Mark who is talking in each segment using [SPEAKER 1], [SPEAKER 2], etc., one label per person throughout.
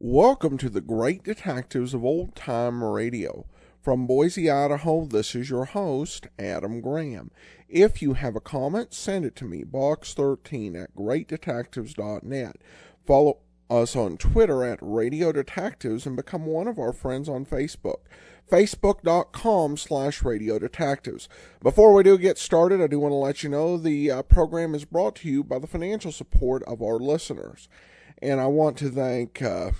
[SPEAKER 1] Welcome to the Great Detectives of Old Time Radio. From Boise, Idaho, this is your host, Adam Graham. If you have a comment, send it to me, box13 at greatdetectives.net. Follow us on Twitter at Radio Detectives and become one of our friends on Facebook. Facebook.com slash Radio Detectives. Before we do get started, I do want to let you know the uh, program is brought to you by the financial support of our listeners. And I want to thank uh,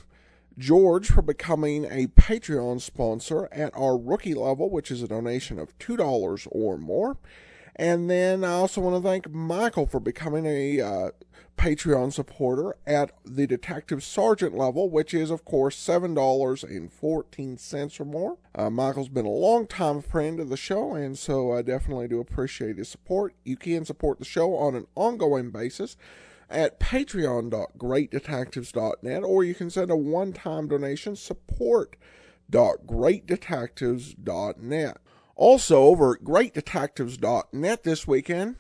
[SPEAKER 1] George for becoming a Patreon sponsor at our rookie level, which is a donation of $2 or more. And then I also want to thank Michael for becoming a uh, Patreon supporter at the Detective Sergeant level, which is, of course, $7.14 or more. Uh, Michael's been a long-time friend of the show, and so I definitely do appreciate his support. You can support the show on an ongoing basis at patreon.greatdetectives.net, or you can send a one-time donation support.greatdetectives.net. Also, over at greatdetectives.net this weekend,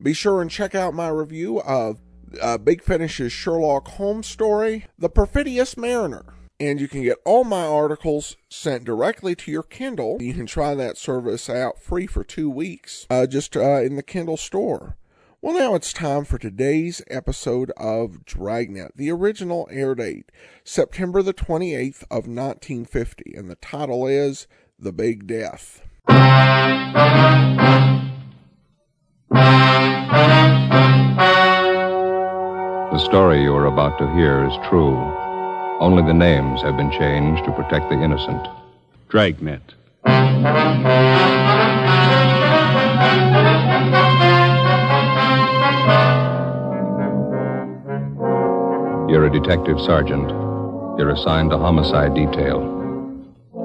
[SPEAKER 1] be sure and check out my review of uh, Big Finish's Sherlock Holmes story, The Perfidious Mariner. And you can get all my articles sent directly to your Kindle. You can try that service out free for two weeks uh, just uh, in the Kindle store. Well, now it's time for today's episode of Dragnet. The original air date, September the 28th of 1950, and the title is The Big Death.
[SPEAKER 2] The story you are about to hear is true. Only the names have been changed to protect the innocent.
[SPEAKER 3] Dragnet.
[SPEAKER 2] You're a detective sergeant. You're assigned to homicide detail.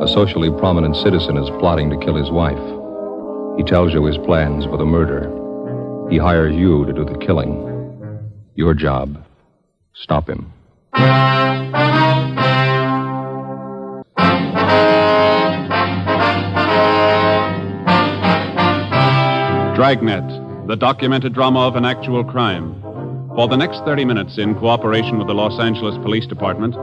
[SPEAKER 2] A socially prominent citizen is plotting to kill his wife. He tells you his plans for the murder. He hires you to do the killing. Your job stop him.
[SPEAKER 3] Dragnet, the documented drama of an actual crime. For the next 30 minutes, in cooperation with the Los Angeles Police Department,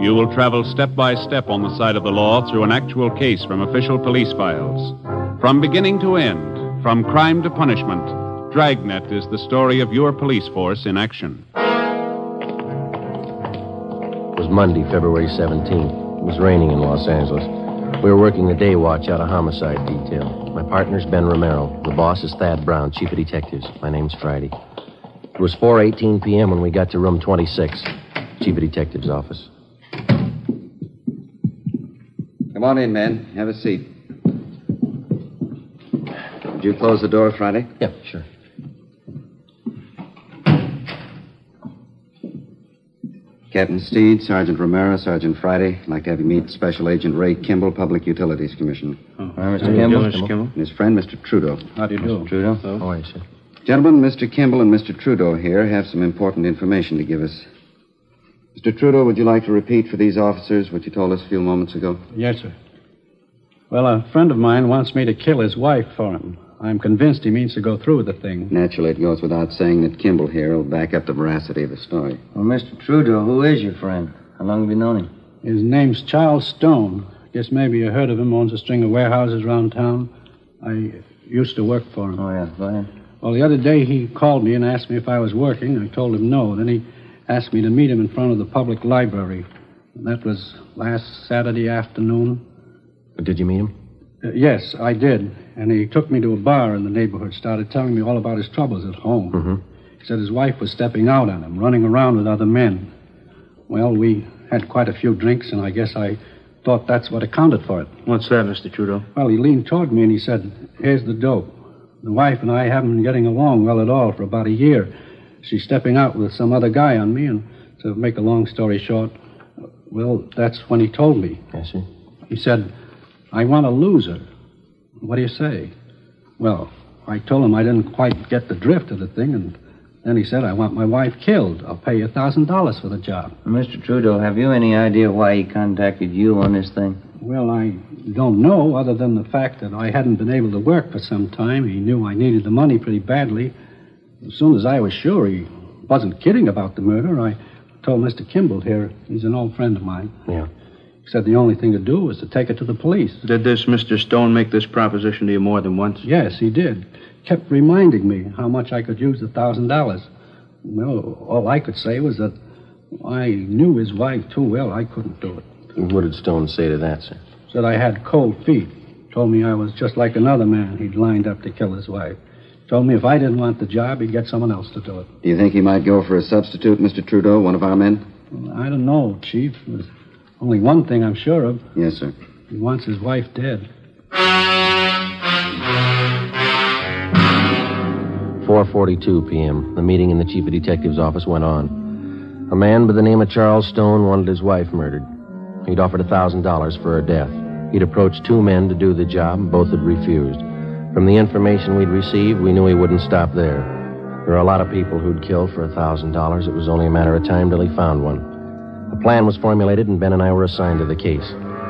[SPEAKER 3] you will travel step by step on the side of the law through an actual case from official police files. From beginning to end, from crime to punishment, Dragnet is the story of your police force in action.
[SPEAKER 4] It was Monday, February 17th. It was raining in Los Angeles. We were working the day watch out of homicide detail. My partner's Ben Romero. The boss is Thad Brown, chief of detectives. My name's Friday. It was 4:18 p.m. when we got to room 26, chief of detectives' office.
[SPEAKER 5] Come on in, men. Have a seat. Did you close the door Friday?
[SPEAKER 4] Yeah, sure.
[SPEAKER 5] Captain Steed, Sergeant Romero, Sergeant Friday. I'd like to have you meet Special Agent Ray Kimball, Public Utilities Commission.
[SPEAKER 4] All right, Mr. Kimball.
[SPEAKER 5] And his friend, Mr. Trudeau.
[SPEAKER 3] How do you do?
[SPEAKER 4] Trudeau. How are you, sir?
[SPEAKER 5] Gentlemen, Mr. Kimball and Mr. Trudeau here have some important information to give us. Mr. Trudeau, would you like to repeat for these officers what you told us a few moments ago?
[SPEAKER 6] Yes, sir. Well, a friend of mine wants me to kill his wife for him. I'm convinced he means to go through with the thing.
[SPEAKER 5] Naturally, it goes without saying that Kimball here will back up the veracity of the story.
[SPEAKER 7] Well, Mr. Trudeau, who is your friend? How long have you known him?
[SPEAKER 6] His name's Charles Stone. Guess maybe you heard of him. Owns a string of warehouses around town. I used to work for him.
[SPEAKER 7] Oh, yeah, go ahead.
[SPEAKER 6] Well, the other day he called me and asked me if I was working. I told him no. Then he asked me to meet him in front of the public library. That was last Saturday afternoon.
[SPEAKER 4] Did you meet him?
[SPEAKER 6] Uh, yes, I did. And he took me to a bar in the neighborhood, started telling me all about his troubles at home.
[SPEAKER 8] Mm-hmm.
[SPEAKER 6] He said his wife was stepping out on him, running around with other men. Well, we had quite a few drinks, and I guess I thought that's what accounted for it.
[SPEAKER 8] What's that, Mr. Trudeau?
[SPEAKER 6] Well, he leaned toward me and he said, Here's the dope. The wife and I haven't been getting along well at all for about a year. She's stepping out with some other guy on me, and to make a long story short, uh, well, that's when he told me.
[SPEAKER 4] Yes, sir.
[SPEAKER 6] He said, I want to lose her. What do you say? Well, I told him I didn't quite get the drift of the thing, and then he said, I want my wife killed. I'll pay you a $1,000 for the job.
[SPEAKER 7] Mr. Trudeau, have you any idea why he contacted you on this thing?
[SPEAKER 6] Well, I don't know, other than the fact that I hadn't been able to work for some time. He knew I needed the money pretty badly. As soon as I was sure he wasn't kidding about the murder, I told Mr. Kimball here, he's an old friend of mine.
[SPEAKER 4] Yeah.
[SPEAKER 6] He said the only thing to do was to take it to the police.
[SPEAKER 8] Did this Mr. Stone make this proposition to you more than once?
[SPEAKER 6] Yes, he did. Kept reminding me how much I could use the thousand dollars. Well, all I could say was that I knew his wife too well. I couldn't do it.
[SPEAKER 4] What did Stone say to that, sir?
[SPEAKER 6] Said I had cold feet. Told me I was just like another man he'd lined up to kill his wife. Told me if I didn't want the job, he'd get someone else to do it.
[SPEAKER 5] Do you think he might go for a substitute, Mr. Trudeau, one of our men?
[SPEAKER 6] Well, I don't know, Chief. There's only one thing I'm sure of.
[SPEAKER 5] Yes, sir.
[SPEAKER 6] He wants his wife dead.
[SPEAKER 4] Four forty-two p.m. The meeting in the chief of detective's office went on. A man by the name of Charles Stone wanted his wife murdered. He'd offered a thousand dollars for her death. He'd approached two men to do the job, and both had refused. From the information we'd received, we knew he wouldn't stop there. There were a lot of people who'd kill for a thousand dollars. It was only a matter of time till he found one. A plan was formulated, and Ben and I were assigned to the case.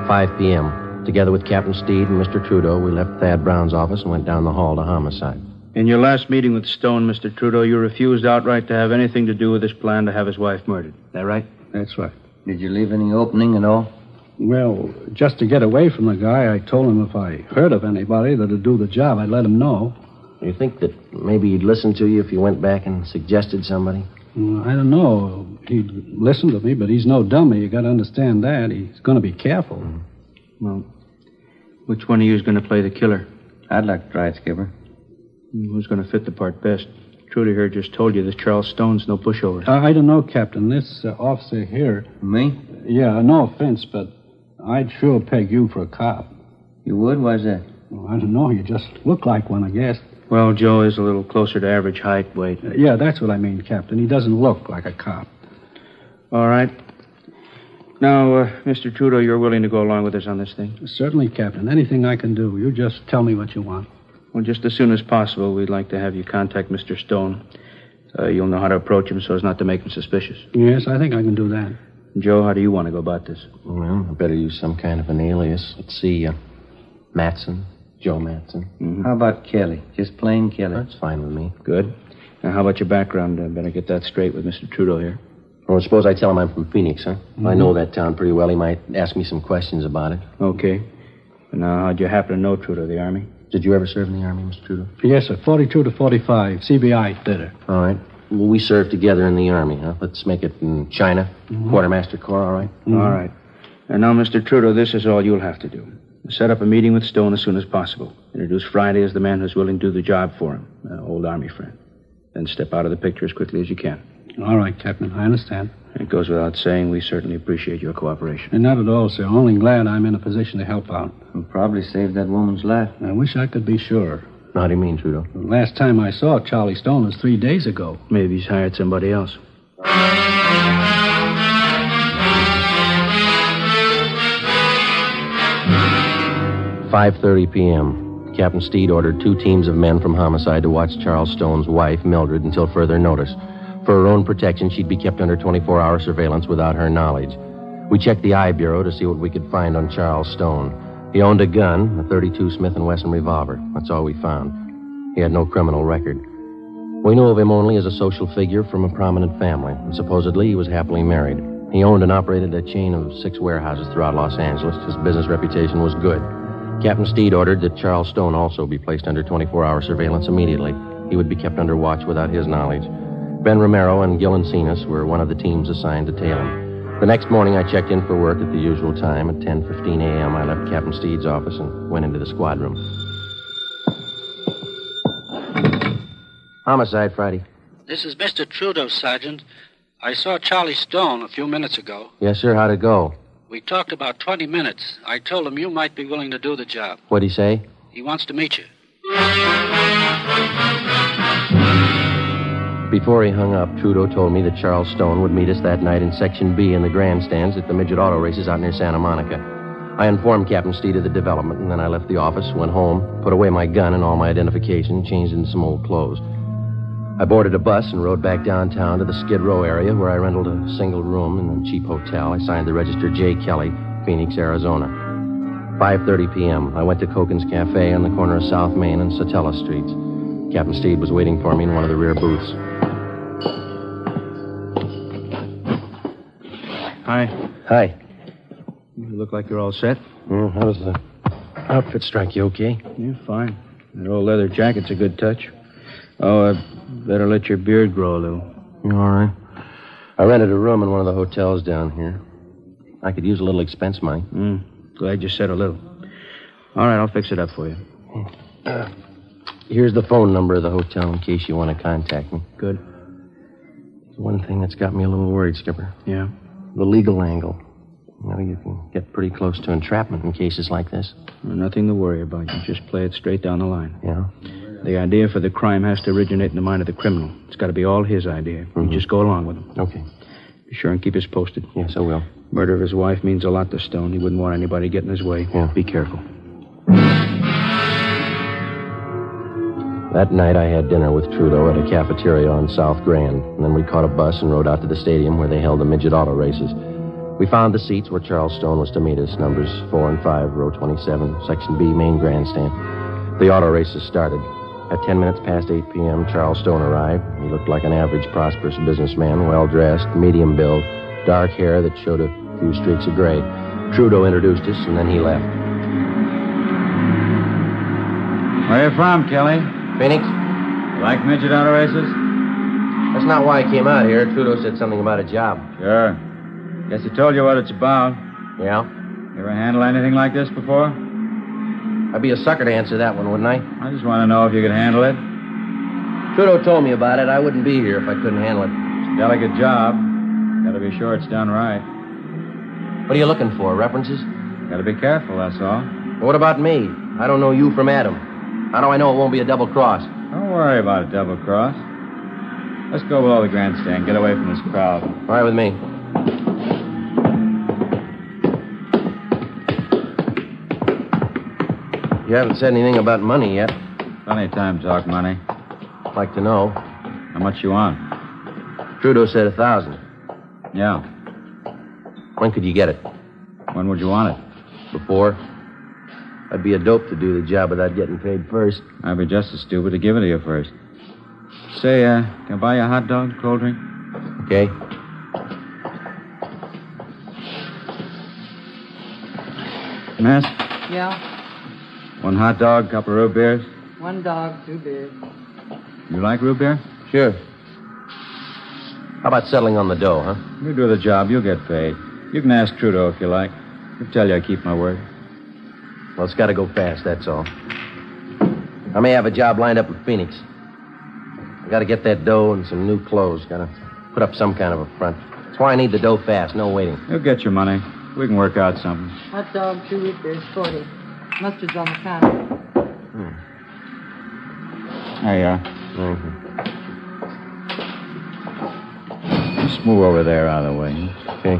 [SPEAKER 4] 5 p.m. Together with Captain Steed and Mr. Trudeau, we left Thad Brown's office and went down the hall to homicide.
[SPEAKER 8] In your last meeting with Stone, Mr. Trudeau, you refused outright to have anything to do with this plan to have his wife murdered. Is that right?
[SPEAKER 6] That's right.
[SPEAKER 7] Did you leave any opening at all?
[SPEAKER 6] Well, just to get away from the guy, I told him if I heard of anybody that'd do the job, I'd let him know.
[SPEAKER 4] You think that maybe he'd listen to you if you went back and suggested somebody?
[SPEAKER 6] Uh, I don't know. He'd listen to me, but he's no dummy. You got to understand that. He's going to be careful.
[SPEAKER 8] Well, which one of you is going to play the killer?
[SPEAKER 7] I'd like to try it, Skipper.
[SPEAKER 8] And Who's going to fit the part best? Trudeau here just told you that Charles Stone's no pushover.
[SPEAKER 6] I I don't know, Captain. This uh, officer here.
[SPEAKER 7] Me?
[SPEAKER 6] Yeah, no offense, but I'd sure peg you for a cop.
[SPEAKER 7] You would? Why's that?
[SPEAKER 6] Well, I don't know. You just look like one, I guess.
[SPEAKER 8] Well, Oh, Joe is a little closer to average height, weight.
[SPEAKER 6] Uh, yeah, that's what I mean, Captain. He doesn't look like a cop.
[SPEAKER 8] All right. Now, uh, Mr. Trudeau, you're willing to go along with us on this thing?
[SPEAKER 6] Certainly, Captain. Anything I can do. You just tell me what you want.
[SPEAKER 8] Well, just as soon as possible, we'd like to have you contact Mr. Stone. Uh, you'll know how to approach him so as not to make him suspicious.
[SPEAKER 6] Yes, I think I can do that.
[SPEAKER 8] Joe, how do you want to go about this?
[SPEAKER 4] Well, I better use some kind of an alias. Let's see, uh, Matson, Joe Matson.
[SPEAKER 7] How about Kelly? Just plain Kelly.
[SPEAKER 4] That's fine with me.
[SPEAKER 8] Good. Now, how about your background? I better get that straight with Mr. Trudeau here.
[SPEAKER 4] Well, suppose I tell him I'm from Phoenix, huh? I know that town pretty well. He might ask me some questions about it.
[SPEAKER 8] Okay. Now, how'd you happen to know Trudeau, the Army?
[SPEAKER 4] Did you ever serve in the Army, Mr. Trudeau?
[SPEAKER 6] Yes, sir. 42 to 45. CBI did it.
[SPEAKER 4] All right. Well, we served together in the Army, huh? Let's make it in China, Quartermaster Corps, all right?
[SPEAKER 6] Mm-hmm.
[SPEAKER 8] All right. And now, Mr. Trudeau, this is all you'll have to do. Set up a meeting with Stone as soon as possible. Introduce Friday as the man who's willing to do the job for him, an old Army friend. Then step out of the picture as quickly as you can.
[SPEAKER 6] All right, Captain. I understand.
[SPEAKER 8] It goes without saying, we certainly appreciate your cooperation.
[SPEAKER 6] And not at all, sir. Only glad I'm in a position to help out.
[SPEAKER 7] You probably saved that woman's life.
[SPEAKER 6] I wish I could be sure.
[SPEAKER 4] How do you mean, Trudeau?
[SPEAKER 6] The last time I saw Charlie Stone was three days ago.
[SPEAKER 8] Maybe he's hired somebody else.
[SPEAKER 4] Five thirty p.m. Captain Steed ordered two teams of men from homicide to watch Charles Stone's wife, Mildred, until further notice. For her own protection, she'd be kept under 24 hour surveillance without her knowledge. We checked the Eye Bureau to see what we could find on Charles Stone. He owned a gun, a 32 Smith & Wesson revolver. That's all we found. He had no criminal record. We knew of him only as a social figure from a prominent family, and supposedly he was happily married. He owned and operated a chain of six warehouses throughout Los Angeles. His business reputation was good. Captain Steed ordered that Charles Stone also be placed under 24 hour surveillance immediately. He would be kept under watch without his knowledge. Ben Romero and Gil Encinas were one of the teams assigned to tail him. The next morning, I checked in for work at the usual time. At 10.15 a.m., I left Captain Steed's office and went into the squad room. Homicide Friday.
[SPEAKER 9] This is Mr. Trudeau, Sergeant. I saw Charlie Stone a few minutes ago.
[SPEAKER 4] Yes, sir. How'd it go?
[SPEAKER 9] We talked about 20 minutes. I told him you might be willing to do the job.
[SPEAKER 4] What'd he say?
[SPEAKER 9] He wants to meet you.
[SPEAKER 4] Before he hung up, Trudeau told me that Charles Stone would meet us that night in Section B in the grandstands at the midget auto races out near Santa Monica. I informed Captain Steed of the development, and then I left the office, went home, put away my gun and all my identification, changed into some old clothes. I boarded a bus and rode back downtown to the Skid Row area where I rented a single room in a cheap hotel. I signed the register J. Kelly, Phoenix, Arizona. 5.30 p.m. I went to Koken's Cafe on the corner of South Main and Satella Streets. Captain Steed was waiting for me in one of the rear booths.
[SPEAKER 8] Hi.
[SPEAKER 4] Hi.
[SPEAKER 8] You look like you're all set.
[SPEAKER 4] Yeah, how does the outfit strike you okay?
[SPEAKER 8] Yeah, fine. That old leather jacket's a good touch. Oh, uh, better let your beard grow a little.
[SPEAKER 4] You all right? I rented a room in one of the hotels down here. I could use a little expense money.
[SPEAKER 8] Mm, glad you said a little. All right, I'll fix it up for you.
[SPEAKER 4] Uh, here's the phone number of the hotel in case you want to contact me.
[SPEAKER 8] Good.
[SPEAKER 4] The one thing that's got me a little worried, Skipper.
[SPEAKER 8] Yeah.
[SPEAKER 4] The legal angle. You know, you can get pretty close to entrapment in cases like this.
[SPEAKER 8] Well, nothing to worry about. You just play it straight down the line.
[SPEAKER 4] Yeah?
[SPEAKER 8] The idea for the crime has to originate in the mind of the criminal. It's got to be all his idea.
[SPEAKER 4] Mhm.
[SPEAKER 8] You just go along with him.
[SPEAKER 4] Okay.
[SPEAKER 8] Be sure and keep us posted.
[SPEAKER 4] Yes, I will.
[SPEAKER 8] Murder of his wife means a lot to Stone. He wouldn't want anybody getting his way.
[SPEAKER 4] Yeah.
[SPEAKER 8] Be careful.
[SPEAKER 4] That night I had dinner with Trudeau at a cafeteria on South Grand, and then we caught a bus and rode out to the stadium where they held the midget auto races. We found the seats where Charles Stone was to meet us, numbers 4 and 5, row 27, section B, main grandstand. The auto races started. At 10 minutes past 8 p.m., Charles Stone arrived. He looked like an average prosperous businessman, well dressed, medium build, dark hair that showed a few streaks of gray. Trudeau introduced us, and then he left.
[SPEAKER 7] Where you from, Kelly?
[SPEAKER 4] Phoenix?
[SPEAKER 7] You like midget auto races?
[SPEAKER 4] That's not why I came out here. Trudeau said something about a job.
[SPEAKER 7] Sure. Guess he told you what it's about.
[SPEAKER 4] Yeah?
[SPEAKER 7] You ever handle anything like this before?
[SPEAKER 4] I'd be a sucker to answer that one, wouldn't I?
[SPEAKER 7] I just want to know if you could handle it.
[SPEAKER 4] Trudeau told me about it. I wouldn't be here if I couldn't handle it.
[SPEAKER 7] It's a delicate job. Gotta be sure it's done right.
[SPEAKER 4] What are you looking for? References?
[SPEAKER 7] Gotta be careful, that's all.
[SPEAKER 4] What about me? I don't know you from Adam. How do I know it won't be a double cross?
[SPEAKER 7] Don't worry about a double cross. Let's go below the grandstand. Get away from this crowd.
[SPEAKER 4] All right with me. You haven't said anything about money yet.
[SPEAKER 7] Plenty of time to talk money.
[SPEAKER 4] I'd like to know.
[SPEAKER 7] How much you want?
[SPEAKER 4] Trudeau said a thousand.
[SPEAKER 7] Yeah.
[SPEAKER 4] When could you get it?
[SPEAKER 7] When would you want it?
[SPEAKER 4] Before? I'd be a dope to do the job without getting paid first.
[SPEAKER 7] I'd be just as stupid to give it to you first. Say, uh, can I buy you a hot dog, cold drink?
[SPEAKER 4] Okay?
[SPEAKER 7] Miss,
[SPEAKER 10] Yeah,
[SPEAKER 7] one hot dog, couple of root beers.
[SPEAKER 10] one dog, two beers.
[SPEAKER 7] You like root beer?
[SPEAKER 4] Sure. How about settling on the dough, huh?
[SPEAKER 7] You do the job, you'll get paid. You can ask Trudeau if you like. He'll tell you I keep my word.
[SPEAKER 4] Well, it's got to go fast, that's all. I may have a job lined up in Phoenix. I got to get that dough and some new clothes. Got to put up some kind of a front. That's why I need the dough fast, no waiting.
[SPEAKER 7] You'll get your money. We can work out something.
[SPEAKER 10] Hot dog, two root beers, 40. Mustard's on the counter.
[SPEAKER 7] There you are. Just move over there out of the way.
[SPEAKER 4] Okay.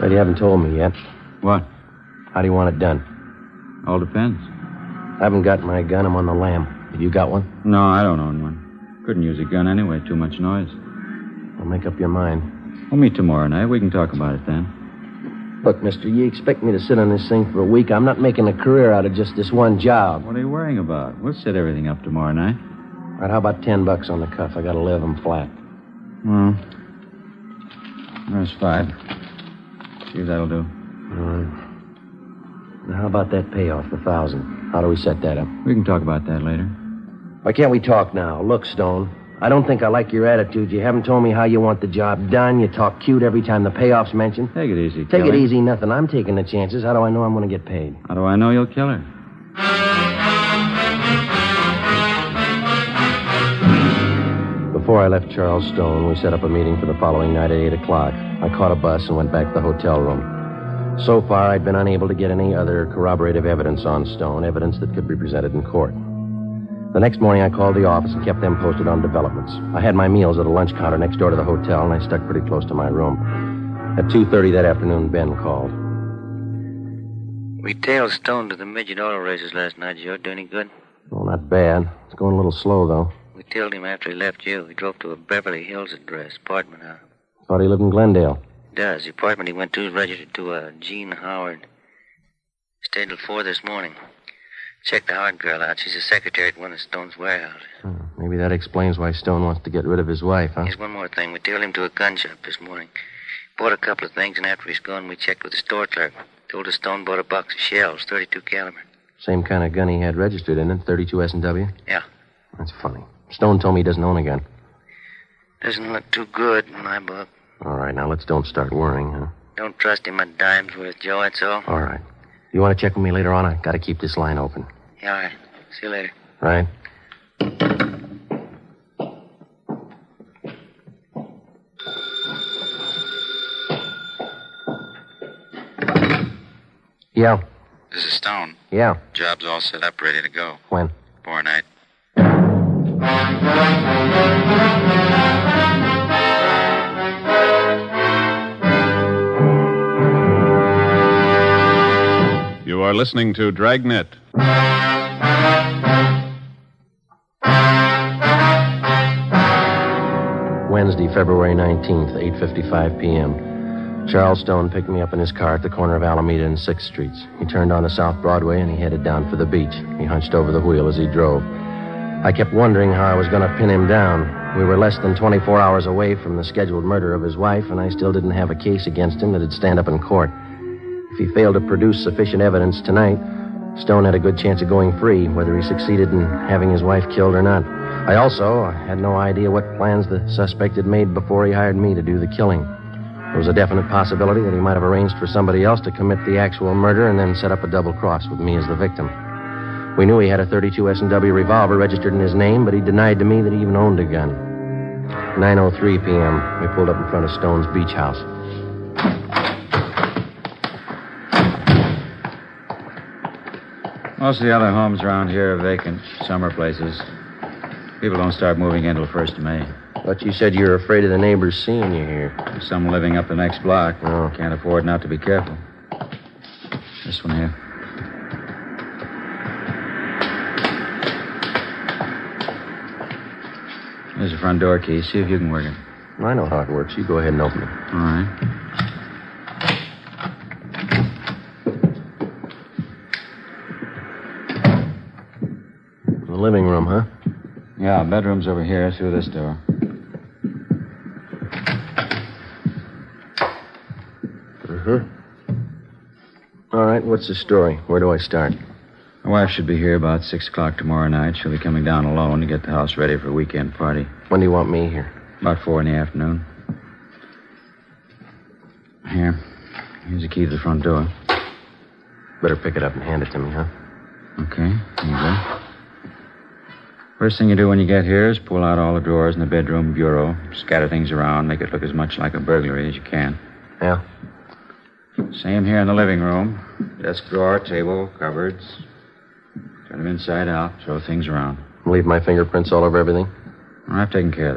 [SPEAKER 4] But you haven't told me yet.
[SPEAKER 7] What?
[SPEAKER 4] How do you want it done?
[SPEAKER 7] All depends.
[SPEAKER 4] I haven't got my gun. I'm on the lam. Have you got one?
[SPEAKER 7] No, I don't own one. Couldn't use a gun anyway. Too much noise.
[SPEAKER 4] Well, make up your mind.
[SPEAKER 7] We'll meet tomorrow night. We can talk about it then.
[SPEAKER 4] Look, mister, you expect me to sit on this thing for a week. I'm not making a career out of just this one job.
[SPEAKER 7] What are you worrying about? We'll set everything up tomorrow night.
[SPEAKER 4] All right, how about ten bucks on the cuff? I gotta live them flat.
[SPEAKER 7] Hmm. There's five. See if that'll do.
[SPEAKER 4] All right. Now, how about that payoff, the thousand? How do we set that up?
[SPEAKER 7] We can talk about that later.
[SPEAKER 4] Why can't we talk now? Look, Stone, I don't think I like your attitude. You haven't told me how you want the job done. You talk cute every time the payoff's mentioned.
[SPEAKER 7] Take it easy,
[SPEAKER 4] Take it
[SPEAKER 7] Kelly.
[SPEAKER 4] easy, nothing. I'm taking the chances. How do I know I'm gonna get paid?
[SPEAKER 7] How do I know you'll kill her?
[SPEAKER 4] Before I left Charles Stone, we set up a meeting for the following night at 8 o'clock. I caught a bus and went back to the hotel room. So far, I'd been unable to get any other corroborative evidence on Stone, evidence that could be presented in court. The next morning, I called the office and kept them posted on developments. I had my meals at a lunch counter next door to the hotel, and I stuck pretty close to my room. At 2.30 that afternoon, Ben called.
[SPEAKER 9] We tailed Stone to the midget auto races last night, Joe. Do any good?
[SPEAKER 4] Well, not bad. It's going a little slow, though.
[SPEAKER 9] We tailed him after he left you. He drove to a Beverly Hills address, apartment house.
[SPEAKER 4] Thought he lived in Glendale.
[SPEAKER 9] Does. The apartment he went to is registered to uh, Gene Howard. Stayed till four this morning. Check the hard girl out. She's a secretary at one of Stone's warehouses.
[SPEAKER 4] Maybe that explains why Stone wants to get rid of his wife, huh?
[SPEAKER 9] Here's one more thing. We tailed him to a gun shop this morning. Bought a couple of things, and after he's gone, we checked with the store clerk. Told her Stone bought a box of shells, 32 caliber.
[SPEAKER 4] Same kind of gun he had registered in it, 32 S&W?
[SPEAKER 9] Yeah.
[SPEAKER 4] That's funny. Stone told me he doesn't own a gun.
[SPEAKER 9] Doesn't look too good in my book.
[SPEAKER 4] All right, now let's don't start worrying, huh?
[SPEAKER 9] Don't trust him a dime's worth, Joe, that's all.
[SPEAKER 7] Oh.
[SPEAKER 4] All right. You want to check with me later on? I got to keep this line open,
[SPEAKER 9] Yeah, all right. See you later.
[SPEAKER 4] right? Yeah,
[SPEAKER 11] This is Stone.
[SPEAKER 4] yeah.
[SPEAKER 11] Job's all set up, ready to go.
[SPEAKER 4] When?
[SPEAKER 11] Tomorrow night.
[SPEAKER 3] You are listening to Dragnet.
[SPEAKER 4] Wednesday, February 19th, 8:55 p.m. Charles Stone picked me up in his car at the corner of Alameda and 6th Streets. He turned onto South Broadway and he headed down for the beach. He hunched over the wheel as he drove. I kept wondering how I was going to pin him down. We were less than 24 hours away from the scheduled murder of his wife, and I still didn't have a case against him that'd stand up in court. If he failed to produce sufficient evidence tonight, Stone had a good chance of going free, whether he succeeded in having his wife killed or not. I also had no idea what plans the suspect had made before he hired me to do the killing. There was a definite possibility that he might have arranged for somebody else to commit the actual murder and then set up a double cross with me as the victim. We knew he had a 32 S&W revolver registered in his name, but he denied to me that he even owned a gun. 9:03 p.m. We pulled up in front of Stone's beach house.
[SPEAKER 7] Most of the other homes around here are vacant, summer places. People don't start moving in till first of May.
[SPEAKER 4] But you said you were afraid of the neighbors seeing you here.
[SPEAKER 7] Some living up the next block.
[SPEAKER 4] Oh.
[SPEAKER 7] Can't afford not to be careful. This one here. There's the front door key. See if you can work it.
[SPEAKER 4] I know how it works. You go ahead and open it.
[SPEAKER 7] All right.
[SPEAKER 4] The living room, huh?
[SPEAKER 7] Yeah, bedroom's over here through this door.
[SPEAKER 4] Uh-huh. All right, what's the story? Where do I start?
[SPEAKER 7] My wife should be here about 6 o'clock tomorrow night. She'll be coming down alone to get the house ready for a weekend party.
[SPEAKER 4] When do you want me here?
[SPEAKER 7] About 4 in the afternoon. Here. Here's the key to the front door.
[SPEAKER 4] Better pick it up and hand it to me, huh?
[SPEAKER 7] Okay. Here you go. First thing you do when you get here is pull out all the drawers in the bedroom bureau, scatter things around, make it look as much like a burglary as you can.
[SPEAKER 4] Yeah.
[SPEAKER 7] Same here in the living room. Desk drawer, table, cupboards. Turn them inside out, throw things around.
[SPEAKER 4] Leave my fingerprints all over everything?
[SPEAKER 7] I've taken care of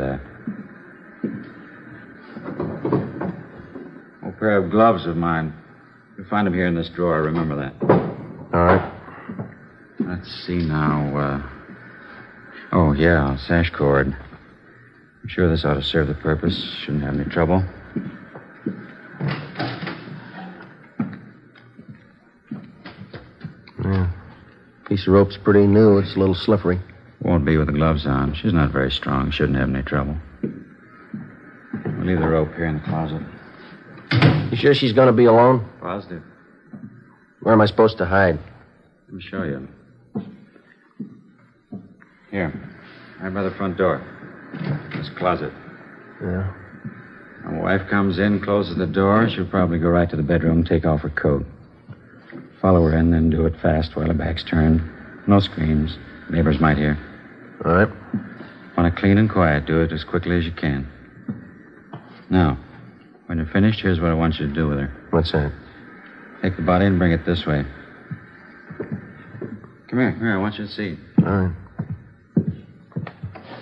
[SPEAKER 7] that. Old pair of gloves of mine. You'll find them here in this drawer. Remember that.
[SPEAKER 4] All right.
[SPEAKER 7] Let's see now. Uh... Oh, yeah, sash cord. I'm sure this ought to serve the purpose. Shouldn't have any trouble.
[SPEAKER 4] Yeah. Piece of rope's pretty new. It's a little slippery.
[SPEAKER 7] Won't be with the gloves on. She's not very strong. Shouldn't have any trouble. We'll leave the rope here in the closet.
[SPEAKER 4] You sure she's going to be alone?
[SPEAKER 7] Positive.
[SPEAKER 4] Where am I supposed to hide?
[SPEAKER 7] Let me show you. Here. I'm by the front door. This closet.
[SPEAKER 4] Yeah.
[SPEAKER 7] My wife comes in, closes the door. She'll probably go right to the bedroom, take off her coat. Follow her in, then do it fast while her back's turned. No screams. Neighbors might hear.
[SPEAKER 4] All right.
[SPEAKER 7] Want to clean and quiet. Do it as quickly as you can. Now, when you're finished, here's what I want you to do with her.
[SPEAKER 4] What's that?
[SPEAKER 7] Take the body and bring it this way. Come here. Here, I want you to see.
[SPEAKER 4] All right.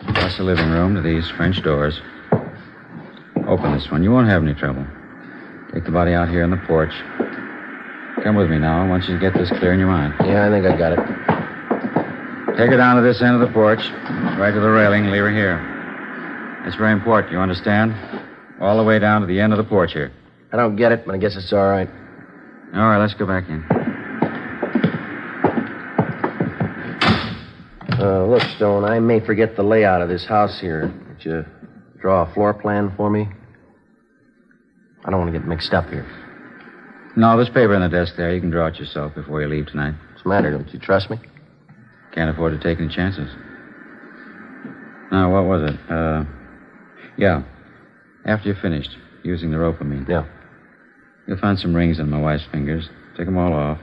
[SPEAKER 7] Across the living room to these French doors. Open this one. You won't have any trouble. Take the body out here on the porch. Come with me now. I want you to get this clear in your mind.
[SPEAKER 4] Yeah, I think I got it.
[SPEAKER 7] Take her down to this end of the porch, right to the railing, leave her here. It's very important, you understand? All the way down to the end of the porch here.
[SPEAKER 4] I don't get it, but I guess it's all right.
[SPEAKER 7] All right, let's go back in.
[SPEAKER 4] Uh, look, Stone, I may forget the layout of this house here. Would you draw a floor plan for me? I don't want to get mixed up here.
[SPEAKER 7] No, there's paper on the desk there. You can draw it yourself before you leave tonight.
[SPEAKER 4] What's the matter? Don't you trust me?
[SPEAKER 7] Can't afford to take any chances. Now, what was it? Uh, yeah. After you're finished, using the rope, I mean.
[SPEAKER 4] Yeah.
[SPEAKER 7] You'll find some rings on my wife's fingers. Take them all off.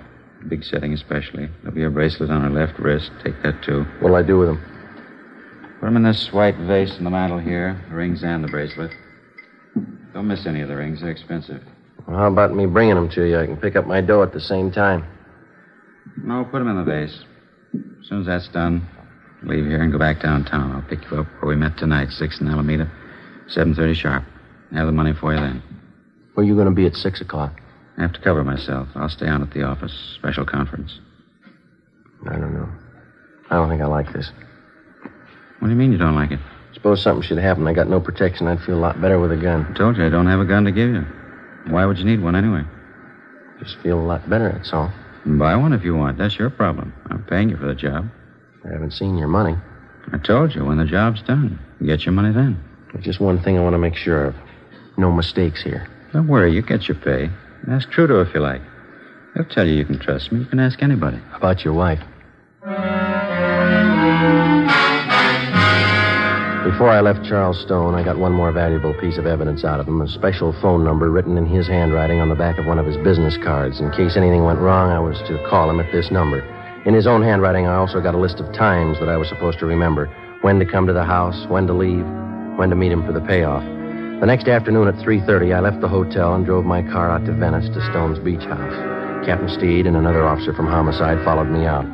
[SPEAKER 7] Big setting, especially. There'll be a bracelet on her left wrist. Take that, too.
[SPEAKER 4] What'll I do with them?
[SPEAKER 7] Put them in this white vase on the mantel here, the rings and the bracelet. Don't miss any of the rings. They're expensive.
[SPEAKER 4] Well, how about me bringing them to you? I can pick up my dough at the same time.
[SPEAKER 7] No, put them in the vase. As soon as that's done, leave here and go back downtown. I'll pick you up where we met tonight, 6 in Alameda, 7.30 sharp. Have the money for you then.
[SPEAKER 4] Where you going to be at 6 o'clock?
[SPEAKER 7] I have to cover myself. I'll stay on at the office. Special conference.
[SPEAKER 4] I don't know. I don't think I like this.
[SPEAKER 7] What do you mean you don't like it?
[SPEAKER 4] Suppose something should happen. I got no protection. I'd feel a lot better with a gun.
[SPEAKER 7] I told you I don't have a gun to give you. Why would you need one anyway?
[SPEAKER 4] Just feel a lot better, that's all.
[SPEAKER 7] Buy one if you want. That's your problem. I'm paying you for the job.
[SPEAKER 4] I haven't seen your money.
[SPEAKER 7] I told you, when the job's done, you get your money then.
[SPEAKER 4] There's just one thing I want to make sure of. No mistakes here.
[SPEAKER 7] Don't worry, you get your pay. Ask Trudeau if you like. He'll tell you you can trust me. You can ask anybody.
[SPEAKER 4] How about your wife? Before I left Charles Stone, I got one more valuable piece of evidence out of him a special phone number written in his handwriting on the back of one of his business cards. In case anything went wrong, I was to call him at this number. In his own handwriting, I also got a list of times that I was supposed to remember when to come to the house, when to leave, when to meet him for the payoff. The next afternoon at 3:30, I left the hotel and drove my car out to Venice to Stone's beach house. Captain Steed and another officer from homicide followed me out.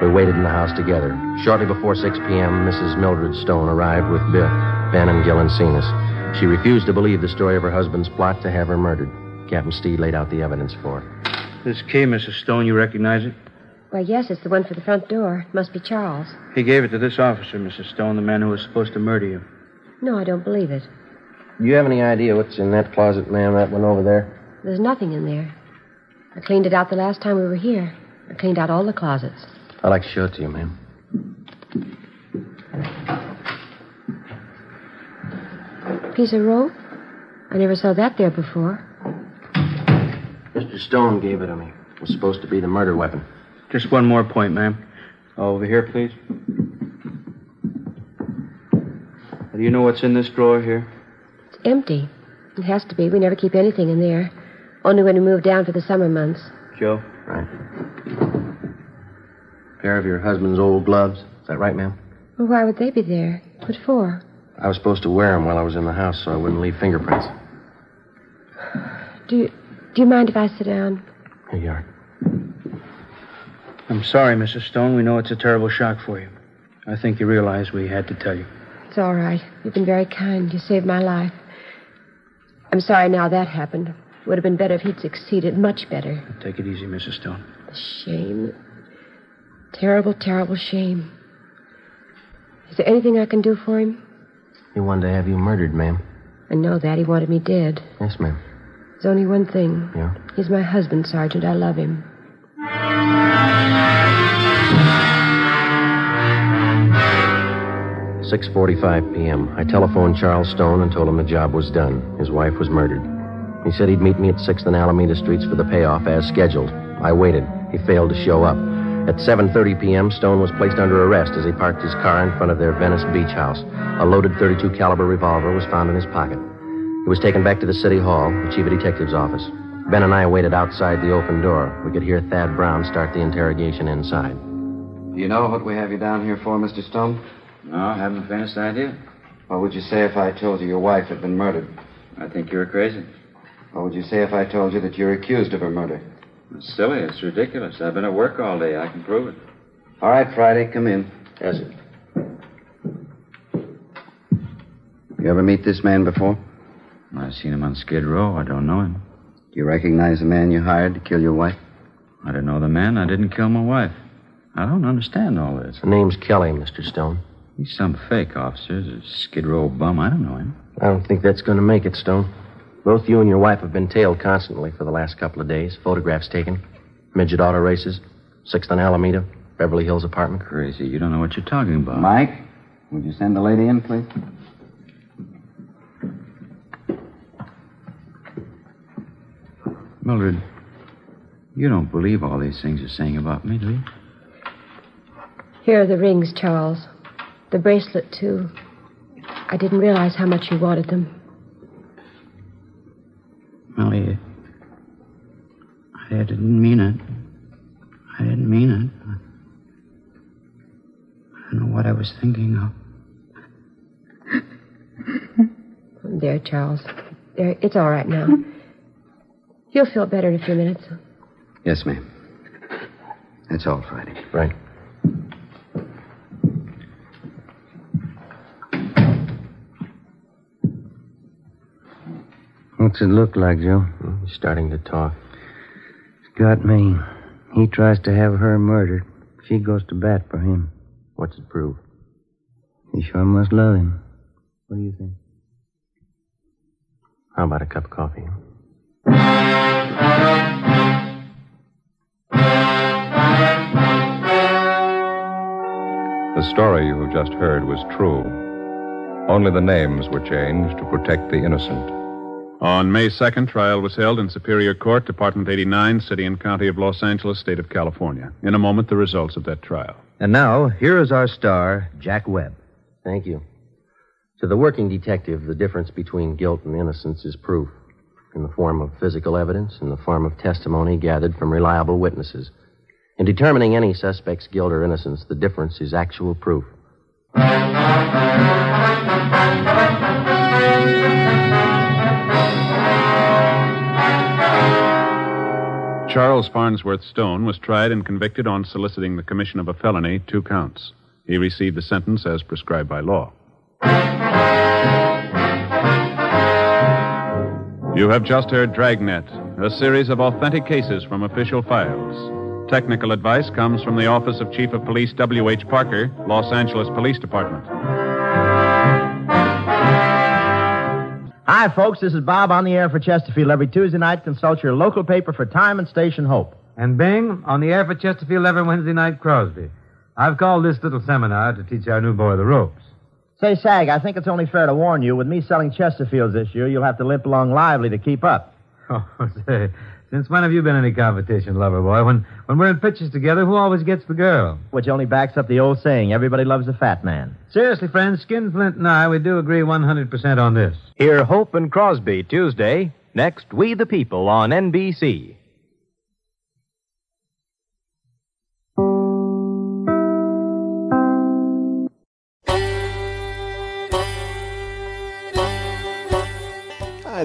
[SPEAKER 4] We waited in the house together. Shortly before 6 p.m., Mrs. Mildred Stone arrived with Bill, Ben, and Gillensinas. She refused to believe the story of her husband's plot to have her murdered. Captain Steed laid out the evidence for her.
[SPEAKER 8] This key, Mrs. Stone, you recognize it?
[SPEAKER 12] Why, yes, it's the one for the front door. It must be Charles.
[SPEAKER 8] He gave it to this officer, Mrs. Stone, the man who was supposed to murder you.
[SPEAKER 12] No, I don't believe it.
[SPEAKER 4] Do you have any idea what's in that closet, ma'am, that one over there?
[SPEAKER 12] There's nothing in there. I cleaned it out the last time we were here. I cleaned out all the closets.
[SPEAKER 4] I'd like to show it to you, ma'am.
[SPEAKER 12] Piece of rope? I never saw that there before.
[SPEAKER 4] Mr. Stone gave it to me. It was supposed to be the murder weapon.
[SPEAKER 8] Just one more point, ma'am. Over here, please. Do you know what's in this drawer here?
[SPEAKER 12] It's empty. It has to be. We never keep anything in there. Only when we move down for the summer months.
[SPEAKER 8] Joe?
[SPEAKER 4] Right. Pair of your husband's old gloves. Is that right, ma'am?
[SPEAKER 12] Well, why would they be there? What for?
[SPEAKER 4] I was supposed to wear them while I was in the house so I wouldn't leave fingerprints.
[SPEAKER 12] Do you, do you mind if I sit down?
[SPEAKER 4] Here you are.
[SPEAKER 8] I'm sorry, Mrs. Stone. We know it's a terrible shock for you. I think you realize we had to tell you.
[SPEAKER 12] It's all right. You've been very kind. You saved my life. I'm sorry now that happened. Would have been better if he'd succeeded. Much better.
[SPEAKER 8] Take it easy, Mrs. Stone.
[SPEAKER 12] The shame. Terrible, terrible shame. Is there anything I can do for him?
[SPEAKER 4] He wanted to have you murdered, ma'am.
[SPEAKER 12] I know that. He wanted me dead.
[SPEAKER 4] Yes, ma'am.
[SPEAKER 12] There's only one thing.
[SPEAKER 4] Yeah?
[SPEAKER 12] He's my husband, Sergeant. I love him.
[SPEAKER 4] Six forty-five p.m. I telephoned Charles Stone and told him the job was done. His wife was murdered. He said he'd meet me at Sixth and Alameda Streets for the payoff as scheduled. I waited. He failed to show up. At 7:30 p.m., Stone was placed under arrest as he parked his car in front of their Venice beach house. A loaded 32 caliber revolver was found in his pocket. He was taken back to the city hall, the chief of detective's office. Ben and I waited outside the open door. We could hear Thad Brown start the interrogation inside.
[SPEAKER 5] Do you know what we have you down here for, Mr. Stone?
[SPEAKER 7] No, I haven't the faintest idea.
[SPEAKER 5] What would you say if I told you your wife had been murdered?
[SPEAKER 7] I think you're crazy.
[SPEAKER 5] What would you say if I told you that you're accused of a murder?
[SPEAKER 7] It's silly. It's ridiculous. I've been at work all day. I can prove it.
[SPEAKER 5] All right, Friday, come in.
[SPEAKER 4] Yes, sir.
[SPEAKER 5] You ever meet this man before?
[SPEAKER 7] I've seen him on Skid Row. I don't know him.
[SPEAKER 5] Do you recognize the man you hired to kill your wife?
[SPEAKER 7] I don't know the man. I didn't kill my wife. I don't understand all this.
[SPEAKER 4] The name's Kelly, Mr. Stone.
[SPEAKER 7] He's some fake officer. He's a Skid Row bum. I don't know him.
[SPEAKER 4] I don't think that's going to make it, Stone. Both you and your wife have been tailed constantly for the last couple of days. Photographs taken, midget auto races, Sixth and Alameda, Beverly Hills apartment?
[SPEAKER 7] Crazy. You don't know what you're talking about.
[SPEAKER 5] Mike, would you send the lady in, please?
[SPEAKER 7] Mildred, you don't believe all these things you're saying about me, do you?
[SPEAKER 12] Here are the rings, Charles. The bracelet, too. I didn't realize how much you wanted them.
[SPEAKER 7] Molly, I didn't mean it. I didn't mean it. I don't know what I was thinking of.
[SPEAKER 12] There, Charles. There, it's all right now. You'll feel better in a few minutes.
[SPEAKER 5] Yes, ma'am. That's all, Friday.
[SPEAKER 4] Right.
[SPEAKER 13] What's it look like, Joe?
[SPEAKER 4] Hmm, He's starting to talk.
[SPEAKER 13] It's got me. He tries to have her murdered. She goes to bat for him.
[SPEAKER 4] What's it prove?
[SPEAKER 13] You sure must love him. What do you think?
[SPEAKER 4] How about a cup of coffee?
[SPEAKER 2] The story you have just heard was true. Only the names were changed to protect the innocent.
[SPEAKER 3] On May 2nd, trial was held in Superior Court, Department 89, City and County of Los Angeles, State of California. In a moment, the results of that trial.
[SPEAKER 4] And now, here is our star, Jack Webb. Thank you. To the working detective, the difference between guilt and innocence is proof in the form of physical evidence, in the form of testimony gathered from reliable witnesses. In determining any suspect's guilt or innocence, the difference is actual proof.
[SPEAKER 3] Charles Farnsworth Stone was tried and convicted on soliciting the commission of a felony, two counts. He received the sentence as prescribed by law. You have just heard Dragnet, a series of authentic cases from official files. Technical advice comes from the Office of Chief of Police W.H. Parker, Los Angeles Police Department.
[SPEAKER 14] Hi, folks. This is Bob on the air for Chesterfield. Every Tuesday night, consult your local paper for time and station hope.
[SPEAKER 15] And Bing, on the air for Chesterfield every Wednesday night, Crosby. I've called this little seminar to teach our new boy the ropes.
[SPEAKER 14] Say, Sag, I think it's only fair to warn you, with me selling Chesterfields this year, you'll have to limp along lively to keep up.
[SPEAKER 15] Oh, say, since when have you been in any competition, lover boy? When, when we're in pictures together, who always gets the girl?
[SPEAKER 14] Which only backs up the old saying, everybody loves a fat man.
[SPEAKER 15] Seriously, friends, Skinflint and I, we do agree 100% on this.
[SPEAKER 16] Hear Hope and Crosby Tuesday. Next, We the People on NBC.
[SPEAKER 17] Hi,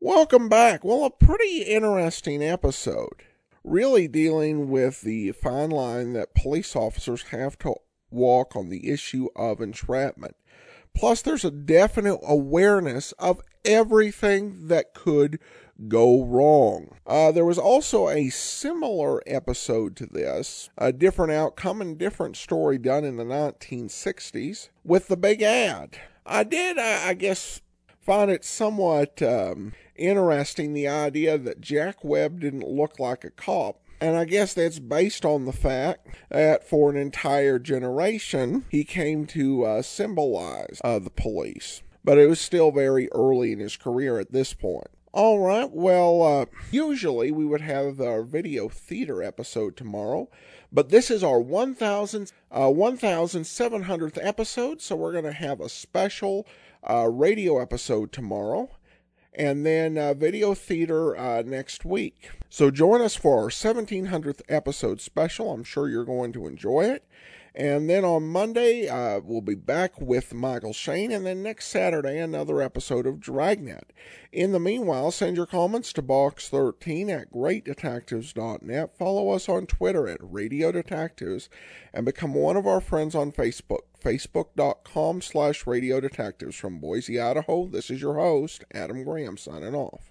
[SPEAKER 1] Welcome back. Well, a pretty interesting episode. Really dealing with the fine line that police officers have to walk on the issue of entrapment. Plus, there's a definite awareness of everything that could go wrong. Uh, there was also a similar episode to this, a different outcome and different story done in the 1960s with the big ad. I did, I, I guess, find it somewhat um, interesting the idea that Jack Webb didn't look like a cop. And I guess that's based on the fact that for an entire generation, he came to uh, symbolize uh, the police. But it was still very early in his career at this point. All right, well, uh, usually we would have our video theater episode tomorrow, but this is our uh, 1000, 1700th episode, so we're going to have a special radio episode tomorrow and then uh, video theater uh, next week. So join us for our 1700th episode special. I'm sure you're going to enjoy it. And then on Monday, uh, we'll be back with Michael Shane, and then next Saturday, another episode of Dragnet. In the meanwhile, send your comments to box13 at greatdetectives.net. Follow us on Twitter at Radio Detectives, and become one of our friends on Facebook, facebook.com slash radio detectives from Boise, Idaho. This is your host, Adam Graham, signing off.